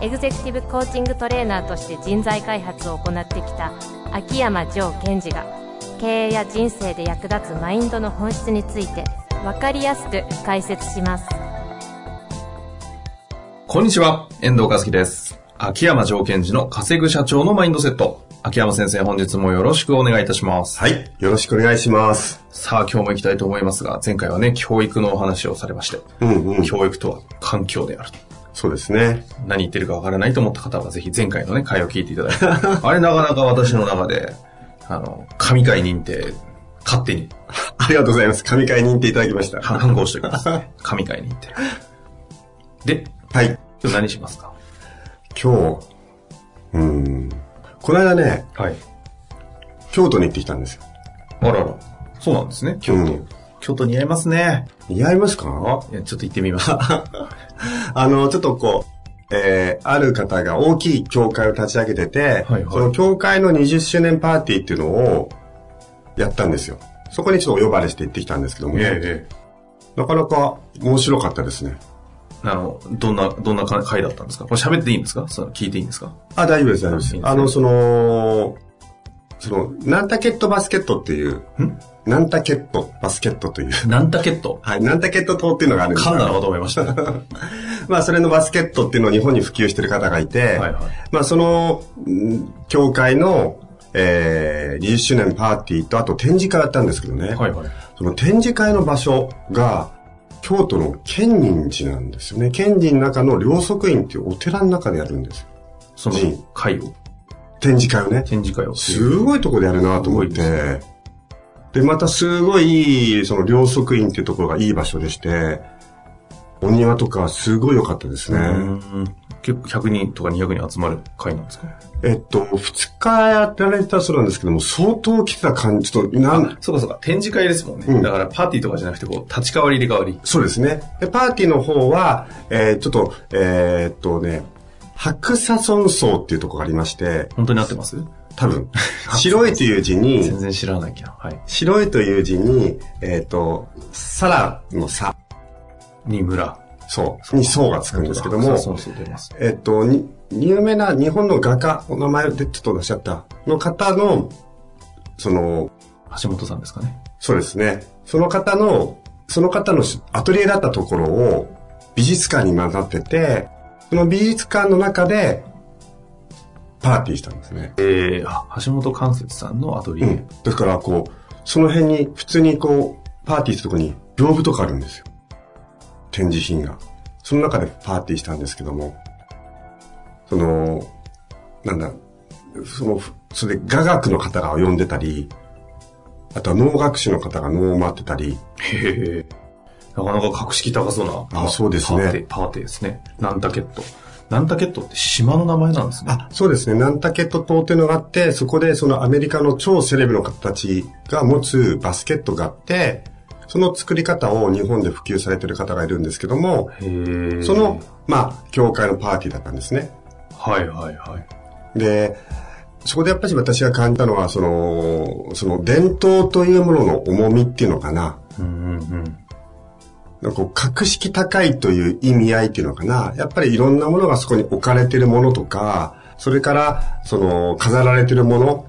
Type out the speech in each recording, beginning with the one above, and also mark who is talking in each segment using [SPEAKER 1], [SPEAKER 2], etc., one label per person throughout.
[SPEAKER 1] エグゼクティブコーチングトレーナーとして人材開発を行ってきた秋山城賢治が経営や人生で役立つマインドの本質について分かりやすく解説します
[SPEAKER 2] こんにちは、遠藤和樹です。秋山条件時の稼ぐ社長のマインドセット。秋山先生、本日もよろしくお願いいたします。
[SPEAKER 3] はい。よろしくお願いします。
[SPEAKER 2] さあ、今日も行きたいと思いますが、前回はね、教育のお話をされまして、
[SPEAKER 3] うんうん。
[SPEAKER 2] 教育とは環境であると。
[SPEAKER 3] そうですね。
[SPEAKER 2] 何言ってるかわからないと思った方は、ぜひ前回のね、会を聞いていただいて、 あれなかなか私の中で、あの、神回認定、勝手に
[SPEAKER 3] ありがとうございます。神会認定いただきました。
[SPEAKER 2] 反抗しておきます、ね。神回認定。で、
[SPEAKER 3] はい。
[SPEAKER 2] 今日何しますか
[SPEAKER 3] 今日、うーん。この間ね、
[SPEAKER 2] はい。
[SPEAKER 3] 京都に行ってきたんですよ。
[SPEAKER 2] あらら。そうなんですね。京都。
[SPEAKER 3] うん
[SPEAKER 2] 京都似合いますね。
[SPEAKER 3] 似合いますか
[SPEAKER 2] いや、ちょっと行ってみます。
[SPEAKER 3] あの、ちょっとこう、えー、ある方が大きい教会を立ち上げてて、
[SPEAKER 2] はいはい
[SPEAKER 3] その教会の20周年パーティーっていうのをやったんですよ。そこにちょっとお呼ばれして行ってきたんですけども、ね
[SPEAKER 2] え
[SPEAKER 3] なかなか面白かったですね。
[SPEAKER 2] あの、どんな、どんな回だったんですかこれ喋っていいんですかその聞いていいんですか
[SPEAKER 3] あ、大丈夫です、大丈夫です
[SPEAKER 2] いい。ですね
[SPEAKER 3] あの、その、その、ナンタケットバスケットっていう、ナンタケットバスケットという、
[SPEAKER 2] なんたけっと。
[SPEAKER 3] はい、ナンタケット島っていうのがあるんです
[SPEAKER 2] 噛んだのか
[SPEAKER 3] よ。
[SPEAKER 2] と思いました。は
[SPEAKER 3] まあ、それのバスケットっていうのを日本に普及してる方がいて、
[SPEAKER 2] いはい。
[SPEAKER 3] まあ、その、ん協会の、えー、20周年パーティーと、あと展示会やったんですけどね、
[SPEAKER 2] はいはい。
[SPEAKER 3] その展示会の場所が、京都の建仁寺なんですよね。建仁の中の両足院っていうお寺の中でやるんですよ。
[SPEAKER 2] その
[SPEAKER 3] うん
[SPEAKER 2] 回を、
[SPEAKER 3] 展示会をね。
[SPEAKER 2] 展示会を。
[SPEAKER 3] すごいとこでやるなと思
[SPEAKER 2] す
[SPEAKER 3] っ
[SPEAKER 2] ごい
[SPEAKER 3] て。で、またすごいいい、その、両足院っていうところがいい場所でして、お庭とかすごい良かったです
[SPEAKER 2] う
[SPEAKER 3] ね。
[SPEAKER 2] ん。結構100人とか200人集まる回なんですか
[SPEAKER 3] えっと、二日やられたそうなんですけども、相当来てた感じと、なん、
[SPEAKER 2] そうかそうか。展示会ですもんね。
[SPEAKER 3] うん
[SPEAKER 2] だからパーティーとかじゃなくて、こう、立ち替わり入れ替わり。
[SPEAKER 3] そうですね。で、パーティーの方は、えーちょっと、えーっとね、白砂村荘っていうところがありまして、
[SPEAKER 2] 本当になってます
[SPEAKER 3] 多 分、白いという字に、
[SPEAKER 2] 全然知らなきゃ。はい。
[SPEAKER 3] 白いという字に、えーっと、サラのサ、
[SPEAKER 2] に村。
[SPEAKER 3] そう、に層がつくんですけども、
[SPEAKER 2] そうそう出ます。
[SPEAKER 3] えっと、に有名な日本の画家、お名前でちょっと出しちゃった、の方の、その、
[SPEAKER 2] 橋本さんですかね。
[SPEAKER 3] そうですね、その方の、その方のしアトリエだったところを美術館に混ざってて、その美術館の中でパーティーしたんですね。
[SPEAKER 2] えー、あ橋本関節さんのアトリ
[SPEAKER 3] う
[SPEAKER 2] エ。
[SPEAKER 3] ん。だからこう、その辺に普通にこう、パーティーしたとこに屏風とかあるんですよ。展示品が。その中でパーティーしたんですけども、その、なんだ、その、それで雅楽の方が呼んでたり、あとは能楽師の方が能を回ってたり、
[SPEAKER 2] へえ。なかなか格式高そうな。
[SPEAKER 3] あそうですね
[SPEAKER 2] パーティー、パーティーですね。ナンタケット。ナンタケットって島の名前なんですね。
[SPEAKER 3] あ、そうですね。ナンタケット島っていうのがあって、そこでそのアメリカの超セレブの方たちが持つバスケットがあって、その作り方を日本で普及されてる方がいるんですけども、
[SPEAKER 2] へえ。
[SPEAKER 3] その、まあ、教会のパーティーだったんですね。
[SPEAKER 2] はいはいはい。
[SPEAKER 3] で、そこでやっぱり私が感じたのは、その、その伝統というものの重みっていうのかな。
[SPEAKER 2] うんうんうん。
[SPEAKER 3] なんかこう格式高いという意味合いっていうのかな。やっぱりいろんなものがそこに置かれてるものとか、それから、その、飾られてるもの。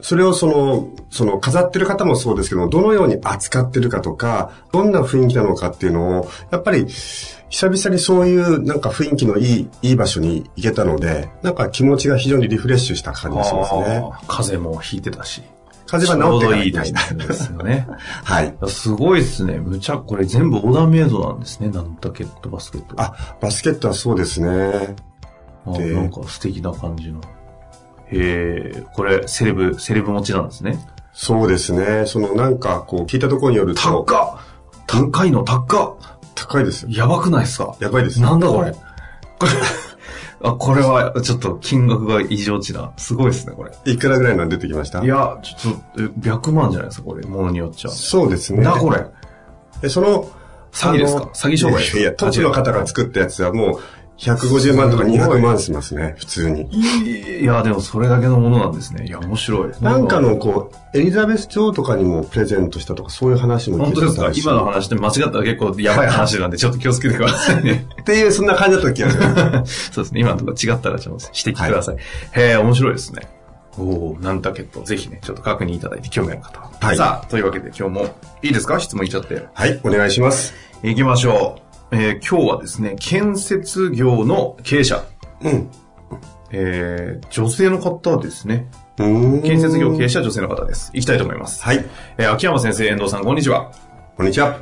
[SPEAKER 3] それをその、その、飾ってる方もそうですけども、どのように扱ってるかとか、どんな雰囲気なのかっていうのを、やっぱり、久々にそういうなんか雰囲気のいい、いい場所に行けたので、なんか気持ちが非常にリフレッシュした感じがしますね。
[SPEAKER 2] あー風もひいてたし。
[SPEAKER 3] 風
[SPEAKER 2] ち
[SPEAKER 3] は
[SPEAKER 2] ょ
[SPEAKER 3] 治
[SPEAKER 2] うど
[SPEAKER 3] ってから
[SPEAKER 2] いい
[SPEAKER 3] 行
[SPEAKER 2] タ
[SPEAKER 3] きま
[SPEAKER 2] イ
[SPEAKER 3] し
[SPEAKER 2] ミ
[SPEAKER 3] た。
[SPEAKER 2] ングですよね。
[SPEAKER 3] はい。
[SPEAKER 2] すごいですね。むちゃ、これ全部オーダーメイドなんですね。ナンタケットバスケット。
[SPEAKER 3] あ、バスケットはそうですね。
[SPEAKER 2] あ
[SPEAKER 3] で
[SPEAKER 2] なんか素敵な感じの。へえ、これ、セレブ、セレブ持ちなんですね。
[SPEAKER 3] そうですね。そのなんかこう聞いたところによる
[SPEAKER 2] 高
[SPEAKER 3] と、
[SPEAKER 2] っ高いの高っ
[SPEAKER 3] 高いですよ。
[SPEAKER 2] やばくないですか
[SPEAKER 3] やばいです。
[SPEAKER 2] なんだこれ。 あ、これはちょっと金額が異常値な。すごいですね、これ。
[SPEAKER 3] いくらぐらいなん出てきました
[SPEAKER 2] いや、ちょっと、え100万じゃないですか、これ。ものによっちゃ。
[SPEAKER 3] そうですね。
[SPEAKER 2] な、これ。
[SPEAKER 3] でその、
[SPEAKER 2] 詐欺ですか
[SPEAKER 3] あの
[SPEAKER 2] 詐欺商売
[SPEAKER 3] いやいや、トップの方が作ったやつはもう、150万とか200万しますね、普通に。
[SPEAKER 2] いや、でもそれだけのものなんですね。いや、面白い。
[SPEAKER 3] なんかのこう、エリザベス女王とかにもプレゼントしたとか、そういう話も聞
[SPEAKER 2] 本
[SPEAKER 3] い
[SPEAKER 2] 当
[SPEAKER 3] て
[SPEAKER 2] ですか
[SPEAKER 3] たし
[SPEAKER 2] 今の話で間違ったら結構やばい話なんで、ちょっと気をつけてくださいね。
[SPEAKER 3] っていう、そんな感じだった気がする。
[SPEAKER 2] そうですね。今のとこ違ったらちょっと指摘ください。へえ、面白いですね。おおなんだけど、ぜひね、ちょっと確認いただいて興味ある方は。
[SPEAKER 3] はい
[SPEAKER 2] さあ、というわけで今日も、いいですか質問いっちゃって。
[SPEAKER 3] はい、お願いします。
[SPEAKER 2] 行きましょう。えー今日はですね、建設業の経営者。
[SPEAKER 3] うん。
[SPEAKER 2] えー女性の方ですね。
[SPEAKER 3] うーん
[SPEAKER 2] 建設業経営者女性の方です。行きたいと思います。
[SPEAKER 3] はい、
[SPEAKER 2] えー秋山先生、遠藤さん、こんにちは。
[SPEAKER 3] こんにちは。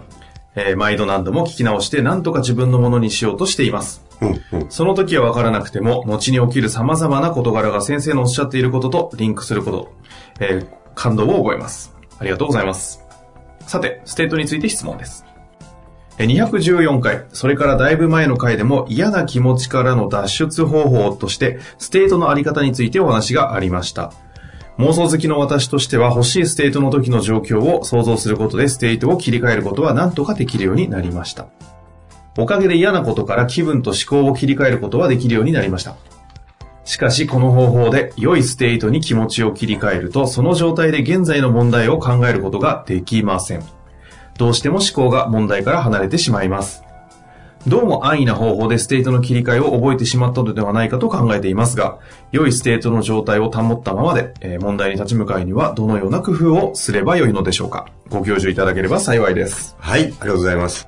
[SPEAKER 2] えー毎度何度も聞き直して、何とか自分のものにしようとしています。
[SPEAKER 3] うん、うん。
[SPEAKER 2] その時は分からなくても、後に起きる様々な事柄が先生のおっしゃっていることとリンクすること、えー感動を覚えます。ありがとうございます。さて、ステートについて質問です。えー214回、それからだいぶ前の回でも嫌な気持ちからの脱出方法として、ステートのあり方についてお話がありました。妄想好きの私としては欲しいステートの時の状況を想像することでステートを切り替えることは何とかできるようになりました。おかげで嫌なことから気分と思考を切り替えることはできるようになりました。しかし、この方法で良いステートに気持ちを切り替えると、その状態で現在の問題を考えることができません。どうしても思考が問題から離れてしまいます。どうも安易な方法でステートの切り替えを覚えてしまったのではないかと考えていますが、良いステートの状態を保ったままで、えー問題に立ち向かいにはどのような工夫をすればよいのでしょうか。ご教授いただければ幸いです。
[SPEAKER 3] はい、ありがとうございます。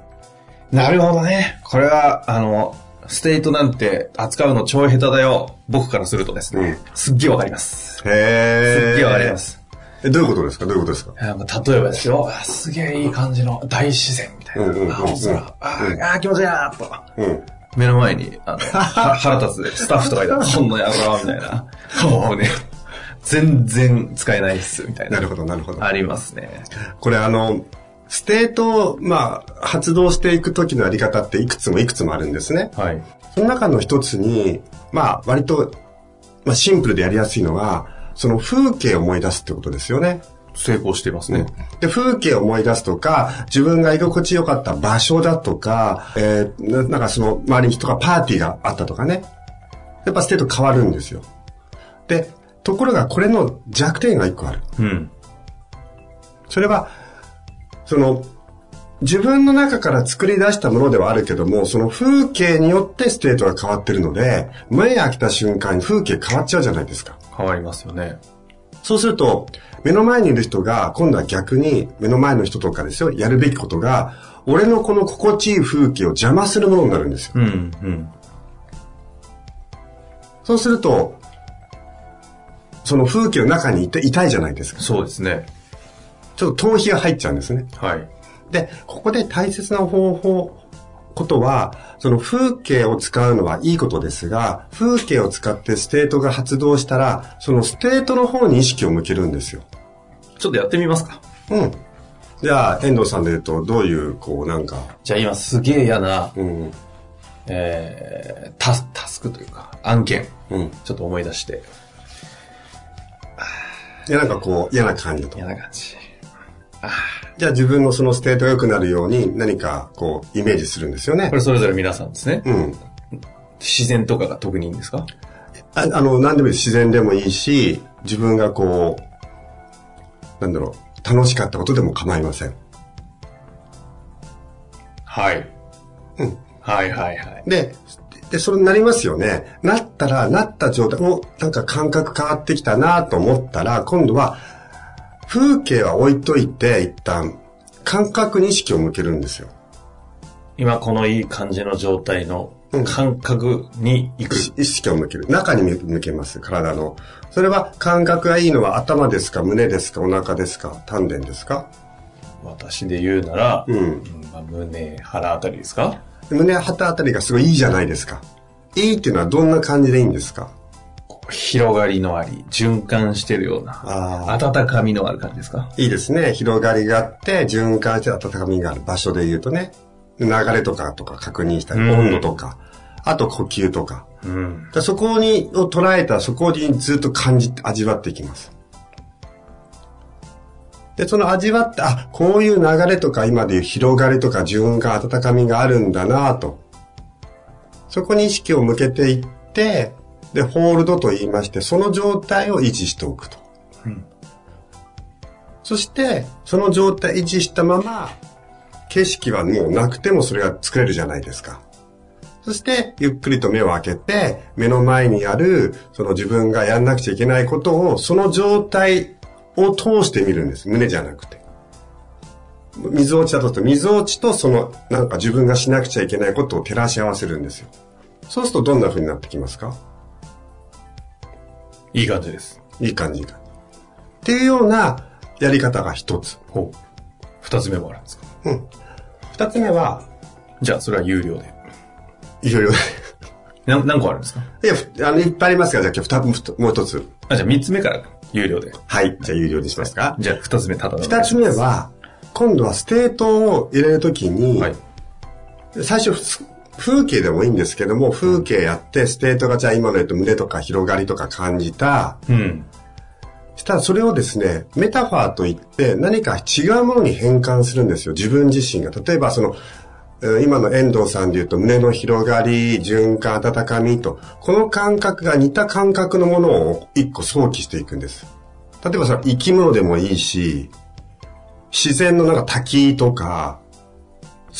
[SPEAKER 2] なるほどね。これは、あの、ステートなんて扱うの超下手だよ。僕からするとですね。すっげえわかります。す
[SPEAKER 3] へ
[SPEAKER 2] っ
[SPEAKER 3] ー。
[SPEAKER 2] げえわかります。
[SPEAKER 3] え、どういうことですかどういうことですか
[SPEAKER 2] なんか例えばですよ、あすげえいい感じの大自然みたいな。
[SPEAKER 3] うんうんうんうん
[SPEAKER 2] あ青空あ
[SPEAKER 3] うん
[SPEAKER 2] あ、気持ちいいなーと。
[SPEAKER 3] うん。
[SPEAKER 2] 目の前に、 あの、は腹立つスタッフとかいたら、こんなやろみたいな。もうね、全然使えないっす、みたいな。
[SPEAKER 3] なるほど、なるほど。
[SPEAKER 2] ありますね。
[SPEAKER 3] これあの、ステートを、まあ、発動していく時のあり方っていくつもいくつもあるんですね。
[SPEAKER 2] はい。
[SPEAKER 3] その中の一つに、まあ、割と、まあ、シンプルでやりやすいのは、その風景を思い出すってことですよね。
[SPEAKER 2] 成功してますね。
[SPEAKER 3] で、風景を思い出すとか、自分が居心地よかった場所だとか、えーななんかその周りに人がパーティーがあったとかね。やっぱステート変わるんですよ。で、ところがこれの弱点が一個ある。
[SPEAKER 2] うん。
[SPEAKER 3] それは、その、自分の中から作り出したものではあるけども、その風景によってステートが変わってるので、目が来た瞬間に風景変わっちゃうじゃないですか。
[SPEAKER 2] 変わりますよね。
[SPEAKER 3] そうすると、目の前にいる人が、今度は逆に、目の前の人とかですよ、やるべきことが、俺のこの心地いい風景を邪魔するものになるんですよ。
[SPEAKER 2] うん、うん。
[SPEAKER 3] そうすると、その風景の中にいて、いたいじゃないですか。
[SPEAKER 2] そうですね。
[SPEAKER 3] ちょっと頭皮が入っちゃうんですね。
[SPEAKER 2] はい。
[SPEAKER 3] で、ここで大切な方法、ことは、その風景を使うのはいいことですが、風景を使ってステートが発動したら、そのステートの方に意識を向けるんですよ。
[SPEAKER 2] ちょっとやってみますか。
[SPEAKER 3] うん。じゃあ、遠藤さんで言うと、どういう、こう、なんか、
[SPEAKER 2] じゃあ今すげえ嫌な、
[SPEAKER 3] うん、
[SPEAKER 2] えー、タス、タスクというか、案件、
[SPEAKER 3] うん。
[SPEAKER 2] ちょっと思い出して、
[SPEAKER 3] いや、なんかこう、嫌な感じだと。
[SPEAKER 2] 嫌な感じ。
[SPEAKER 3] じゃあ、自分のそのステートが良くなるように、何か、こう、イメージするんですよね
[SPEAKER 2] こ。れそれぞれ皆さんですね。
[SPEAKER 3] うん。
[SPEAKER 2] 自然とかが特にいいんですか
[SPEAKER 3] ああの、何でもいいです自然でもいいし、自分がこう、なんだろう、楽しかったことでも構いません。
[SPEAKER 2] はい。はいはいはい。
[SPEAKER 3] で、で、それになりますよね。なったら、なった状態、お、なんか感覚変わってきたなと思ったら、今度は、風景は置いといて、一旦、感覚に意識を向けるんですよ。
[SPEAKER 2] 今このいい感じの状態の感覚に行く。
[SPEAKER 3] し意識を向ける。中に向けます、体の。それは、感覚がいいのは頭ですか、胸ですか、お腹ですか、丹田ですか。
[SPEAKER 2] 私で言うなら、
[SPEAKER 3] うん
[SPEAKER 2] まあ、胸、腹あたりですか
[SPEAKER 3] 胸、旗あたりがすごいいいじゃないですか。いいっていうのはどんな感じでいいんですか
[SPEAKER 2] こう広がりのあり、循環してるような、
[SPEAKER 3] あ
[SPEAKER 2] 温かみのある感じですか
[SPEAKER 3] いいですね。広がりがあって、循環して温かみがある場所で言うとね、流れとかとか確認したり、
[SPEAKER 2] うん
[SPEAKER 3] 温度とか、あと呼吸とか。
[SPEAKER 2] うん。
[SPEAKER 3] だからそこに、を捉えた、そこにずっと感じ、味わっていきます。で、その味わった、あ、こういう流れとか、今でいう広がりとか、順が、温かみがあるんだなぁと。そこに意識を向けていって、で、ホールドと言いまして、その状態を維持しておくと。そして、その状態維持したまま、景色はもうなくてもそれが作れるじゃないですか。そして、ゆっくりと目を開けて、目の前にある、その自分がやんなくちゃいけないことを、その状態を通してみるんです。胸じゃなくて。水落ちだとすると、水落ちとその、なんか自分がしなくちゃいけないことを照らし合わせるんですよ。そうするとどんな風になってきますか
[SPEAKER 2] いい感じです。
[SPEAKER 3] いい感じが。っていうようなやり方が一つ。
[SPEAKER 2] ほう。二つ目もあるんですか
[SPEAKER 3] 二つ目は、
[SPEAKER 2] じゃあ、それは有料で。
[SPEAKER 3] いろいろ。
[SPEAKER 2] な何個あるんですか
[SPEAKER 3] いや、ふあの、いっぱいありますから、じゃあ今日二つ、もう一つ。
[SPEAKER 2] あ、じゃあ、三つ目から有料で。
[SPEAKER 3] はい。じゃあ、有料にしますか。
[SPEAKER 2] じゃあ、二つ目、ただの。
[SPEAKER 3] 二つ目は、今度はステートを入れるときに、
[SPEAKER 2] はい。
[SPEAKER 3] 最初ふつ、風景でもいいんですけども、風景やって、ステートがじゃあ今の言うと胸とか広がりとか感じた、
[SPEAKER 2] うん。
[SPEAKER 3] したらそれをですね、メタファーといって何か違うものに変換するんですよ、自分自身が。例えばその、うん今の遠藤さんで言うと胸の広がり、循環、温かみと、この感覚が似た感覚のものを一個想起していくんです。例えばその生き物でもいいし、自然のなんか滝とか、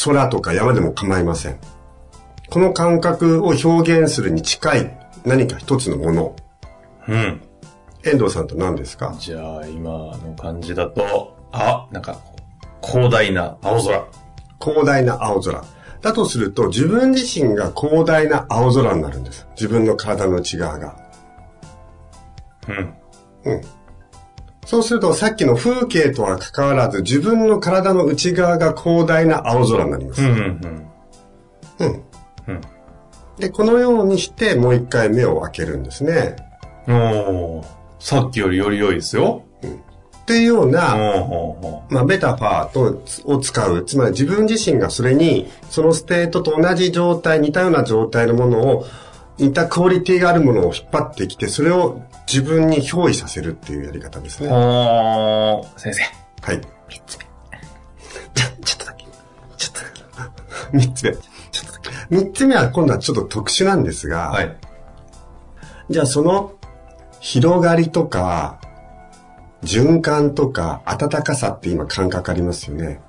[SPEAKER 3] 空とか山でも構いません。この感覚を表現するに近い何か一つのもの。
[SPEAKER 2] うん。
[SPEAKER 3] 遠藤さんと何ですか
[SPEAKER 2] じゃあ、今の感じだと、あ、なんかこう、広大な青空。
[SPEAKER 3] 広大な青空。だとすると、自分自身が広大な青空になるんです。自分の体の内側が。
[SPEAKER 2] うん。
[SPEAKER 3] そうすると、さっきの風景とは関わらず、自分の体の内側が広大な青空になります。
[SPEAKER 2] うん、うん、
[SPEAKER 3] で、このようにして、もう一回目を開けるんですね。
[SPEAKER 2] うん。おーさっきよりより良いですよ。
[SPEAKER 3] っていうよう
[SPEAKER 2] お
[SPEAKER 3] な、
[SPEAKER 2] ーおーおー
[SPEAKER 3] まあ、メタファーとつを使う。つまり自分自身がそれに、そのステートと同じ状態、似たような状態のものを、似たクオリティがあるものを引っ張ってきて、それを自分に憑依させるっていうやり方ですね。
[SPEAKER 2] おー先生。
[SPEAKER 3] はい。三つ目。じゃ、ちょっとだけ。ちょっとだけ。三つ目。ちょっとだけ。三つ目は今度はちょっと特殊なんですが、
[SPEAKER 2] はい。
[SPEAKER 3] じゃあその広がりとか、循環とか、温かさって今感覚ありますよね。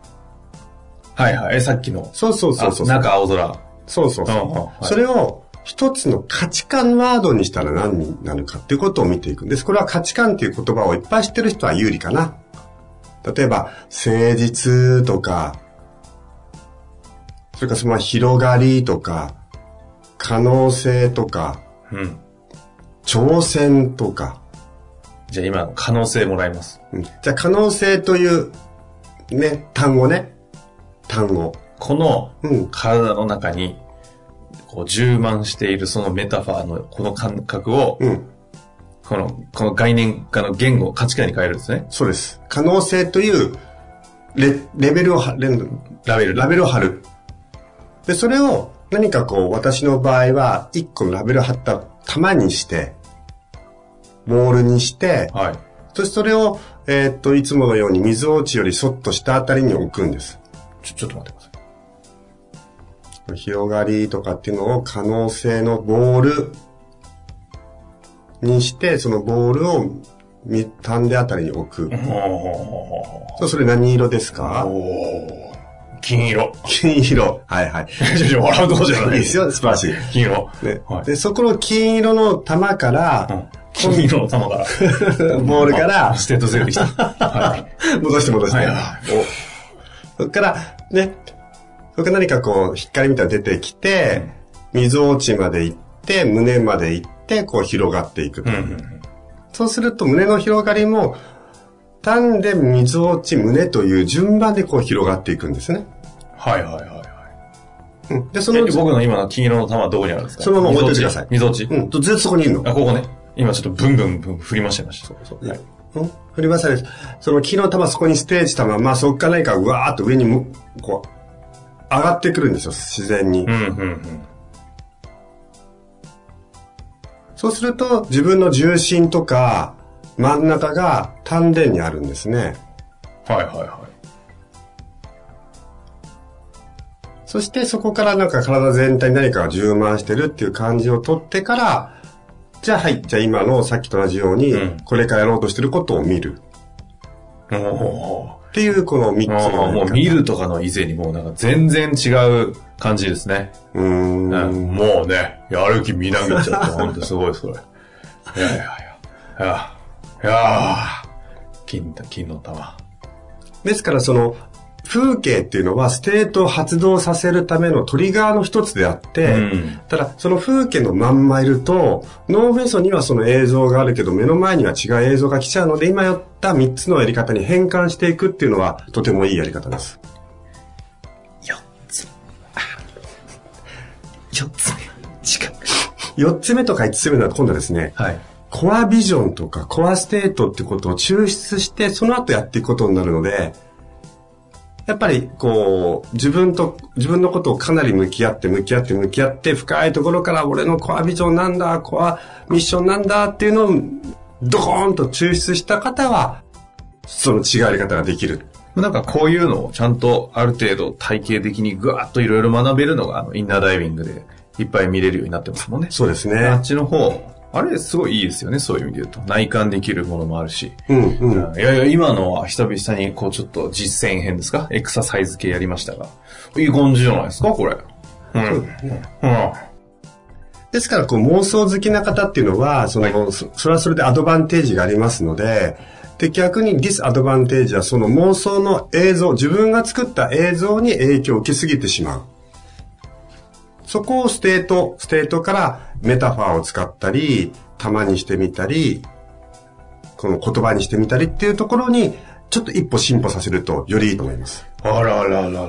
[SPEAKER 2] はいはい。え、さっきの。
[SPEAKER 3] そうそうそうそう。
[SPEAKER 2] あ中青空。
[SPEAKER 3] そうそうそう。
[SPEAKER 2] うんうんはい
[SPEAKER 3] それを一つの価値観ワードにしたら何になるかっていうことを見ていくんです。これは価値観っていう言葉をいっぱい知ってる人は有利かな。例えば、誠実とか、それからその広がりとか、可能性とか、
[SPEAKER 2] うん。
[SPEAKER 3] 挑戦とか、
[SPEAKER 2] じゃあ今の可能性もらいます。
[SPEAKER 3] うんじゃあ可能性という、ね、単語ね。単語。
[SPEAKER 2] この
[SPEAKER 3] うん
[SPEAKER 2] 体の中に、こう充満しているそのメタファーのこの感覚を、
[SPEAKER 3] うん。
[SPEAKER 2] この、この概念化の言語、価値観に変えるんですね。
[SPEAKER 3] そうです。可能性というレ、レベルをは、レン
[SPEAKER 2] ラベル。
[SPEAKER 3] ラベルを貼る。で、それを何かこう、私の場合は、一個のラベルを貼った玉にして、ボールにして、
[SPEAKER 2] はい。
[SPEAKER 3] そしてそれを、えーっと、いつものように水落ちよりそっと下あたりに置くんです。
[SPEAKER 2] ちょ、ちょっと待ってくださ
[SPEAKER 3] 広がりとかっていうのを可能性のボールにして、そのボールをみ、たんであたりに置く。
[SPEAKER 2] い。お
[SPEAKER 3] そうそれ何色ですか
[SPEAKER 2] ーおー金色。
[SPEAKER 3] 金色。はいはい。
[SPEAKER 2] ちょちょ笑うとこじゃない
[SPEAKER 3] いですよ、素晴らしい。
[SPEAKER 2] 金色。
[SPEAKER 3] ね
[SPEAKER 2] はい
[SPEAKER 3] で、そこの金色の玉から、
[SPEAKER 2] 金色の玉から。
[SPEAKER 3] ボールから
[SPEAKER 2] ステートゼロで した。は
[SPEAKER 3] 戻して戻して。
[SPEAKER 2] はい
[SPEAKER 3] おそこから、ね、そこから何かこう、光みたいなの出てきて、水落ちまで行って、胸まで行って、こう広がっていくと。
[SPEAKER 2] い。うん。
[SPEAKER 3] そうすると胸の広がりも、単で水落ち胸という順番でこう広がっていくんですね。
[SPEAKER 2] はいはいはいはい。
[SPEAKER 3] うんで、そ
[SPEAKER 2] え
[SPEAKER 3] の、
[SPEAKER 2] 僕の今の金色の玉はどこにあるんですか
[SPEAKER 3] そのまま置いといてください
[SPEAKER 2] 溝落ち。
[SPEAKER 3] うん、ずっとそこにいるの。
[SPEAKER 2] あ、ここね。今ちょっとブンブンブン振り回してました。そうそう
[SPEAKER 3] はいうん振り回されて、その木の玉そこにステージしたまま、そこから何かうわーっと上にも、こう、上がってくるんですよ、自然に。
[SPEAKER 2] んうんうん。
[SPEAKER 3] そうすると自分の重心とか真ん中が丹田にあるんですね。
[SPEAKER 2] はいはいは
[SPEAKER 3] そしてそこからなんか体全体に何かが充満してるっていう感じを取ってから、じゃあはい、じゃあ今のさっきと同じように
[SPEAKER 2] うん、
[SPEAKER 3] これからやろうとしてることを見る。
[SPEAKER 2] い。お
[SPEAKER 3] っていうこの3
[SPEAKER 2] ー
[SPEAKER 3] つのやり
[SPEAKER 2] あ
[SPEAKER 3] 方。
[SPEAKER 2] ーもう見るとかの以前にもうなんか全然違う感じですね。
[SPEAKER 3] うー
[SPEAKER 2] ね
[SPEAKER 3] ん。
[SPEAKER 2] もうね、やる気みなぎっち ゃって、ほんとすごいそれ。いやいやいや。いや、いやー金だ、金の玉。
[SPEAKER 3] ですからその、風景っていうのはステートを発動させるためのトリガーの一つであって、
[SPEAKER 2] うん
[SPEAKER 3] ただその風景のまんまいると、脳みそにはその映像があるけど、目の前には違う映像が来ちゃうので、今やった3つのやり方に変換していくっていうのは、とてもいいやり方です。
[SPEAKER 2] 四つ。四つ近く。
[SPEAKER 3] 4つ目とか5つ目だと今度はですね、
[SPEAKER 2] はい。
[SPEAKER 3] コアビジョンとかコアステートってことを抽出して、その後やっていくことになるので、やっぱりこう、自分と、自分のことをかなり向き合って、向き合って、向き合って、深いところから俺のコアビジョンなんだ、コアミッションなんだっていうのを、ドコーンと抽出した方は、その違いやり方ができる。
[SPEAKER 2] なんかこういうのをちゃんとある程度体系的にぐわっといろいろ学べるのがあのインナーダイビングでいっぱい見れるようになってますもんね。
[SPEAKER 3] そうです
[SPEAKER 2] あ
[SPEAKER 3] ね
[SPEAKER 2] っ。ちの方、あれすごいいいですよね、そういう意味で言うと。内観できるものもあるし。
[SPEAKER 3] うんうん。
[SPEAKER 2] いやいや、今のは久々にこうちょっと実践編ですかエクササイズ系やりましたが。いい感じじゃないですかこれ。うん。うん。
[SPEAKER 3] ですから、こう、妄想好きな方っていうのは、その、そそれはそれでアドバンテージがありますので、で、逆にディスアドバンテージは、その妄想の映像、自分が作った映像に影響を受けすぎてしまう。そこをステート、ステートからメタファーを使ったり、玉にしてみたり、この言葉にしてみたりっていうところに、ちょっと一歩進歩させるとよりいいと思います。
[SPEAKER 2] あららららら。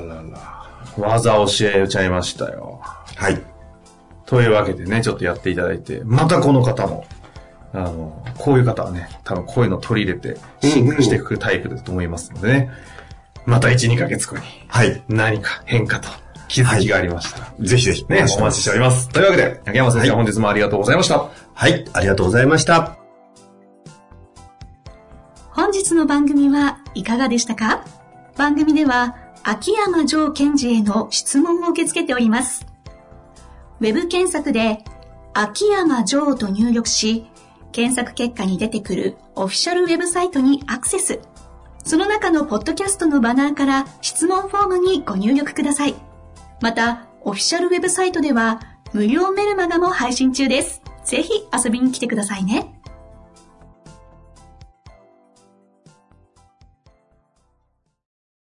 [SPEAKER 2] 技教えちゃいましたよ。
[SPEAKER 3] はい。
[SPEAKER 2] というわけでね、ちょっとやっていただいて、またこの方も、あの、こういう方はね、多分こういうのを取り入れて、シンクしていくタイプだと思いますのでね、また1、2ヶ月後に
[SPEAKER 3] はい。
[SPEAKER 2] 何か変化と気づきがありました。
[SPEAKER 3] ぜひぜひ、
[SPEAKER 2] ね、お待ちしております。というわけで、竹山先生、
[SPEAKER 3] はい
[SPEAKER 2] 本日もありがとうございました。
[SPEAKER 3] はい。ありがとうございました。
[SPEAKER 4] 本日の番組はいかがでしたか番組では秋山城賢治への質問を受け付けております。ウェブ検索で秋山城と入力し、検索結果に出てくるオフィシャルウェブサイトにアクセス。その中のポッドキャストのバナーから質問フォームにご入力ください。また、オフィシャルウェブサイトでは無料メルマガも配信中です。ぜひ遊びに来てくださいね。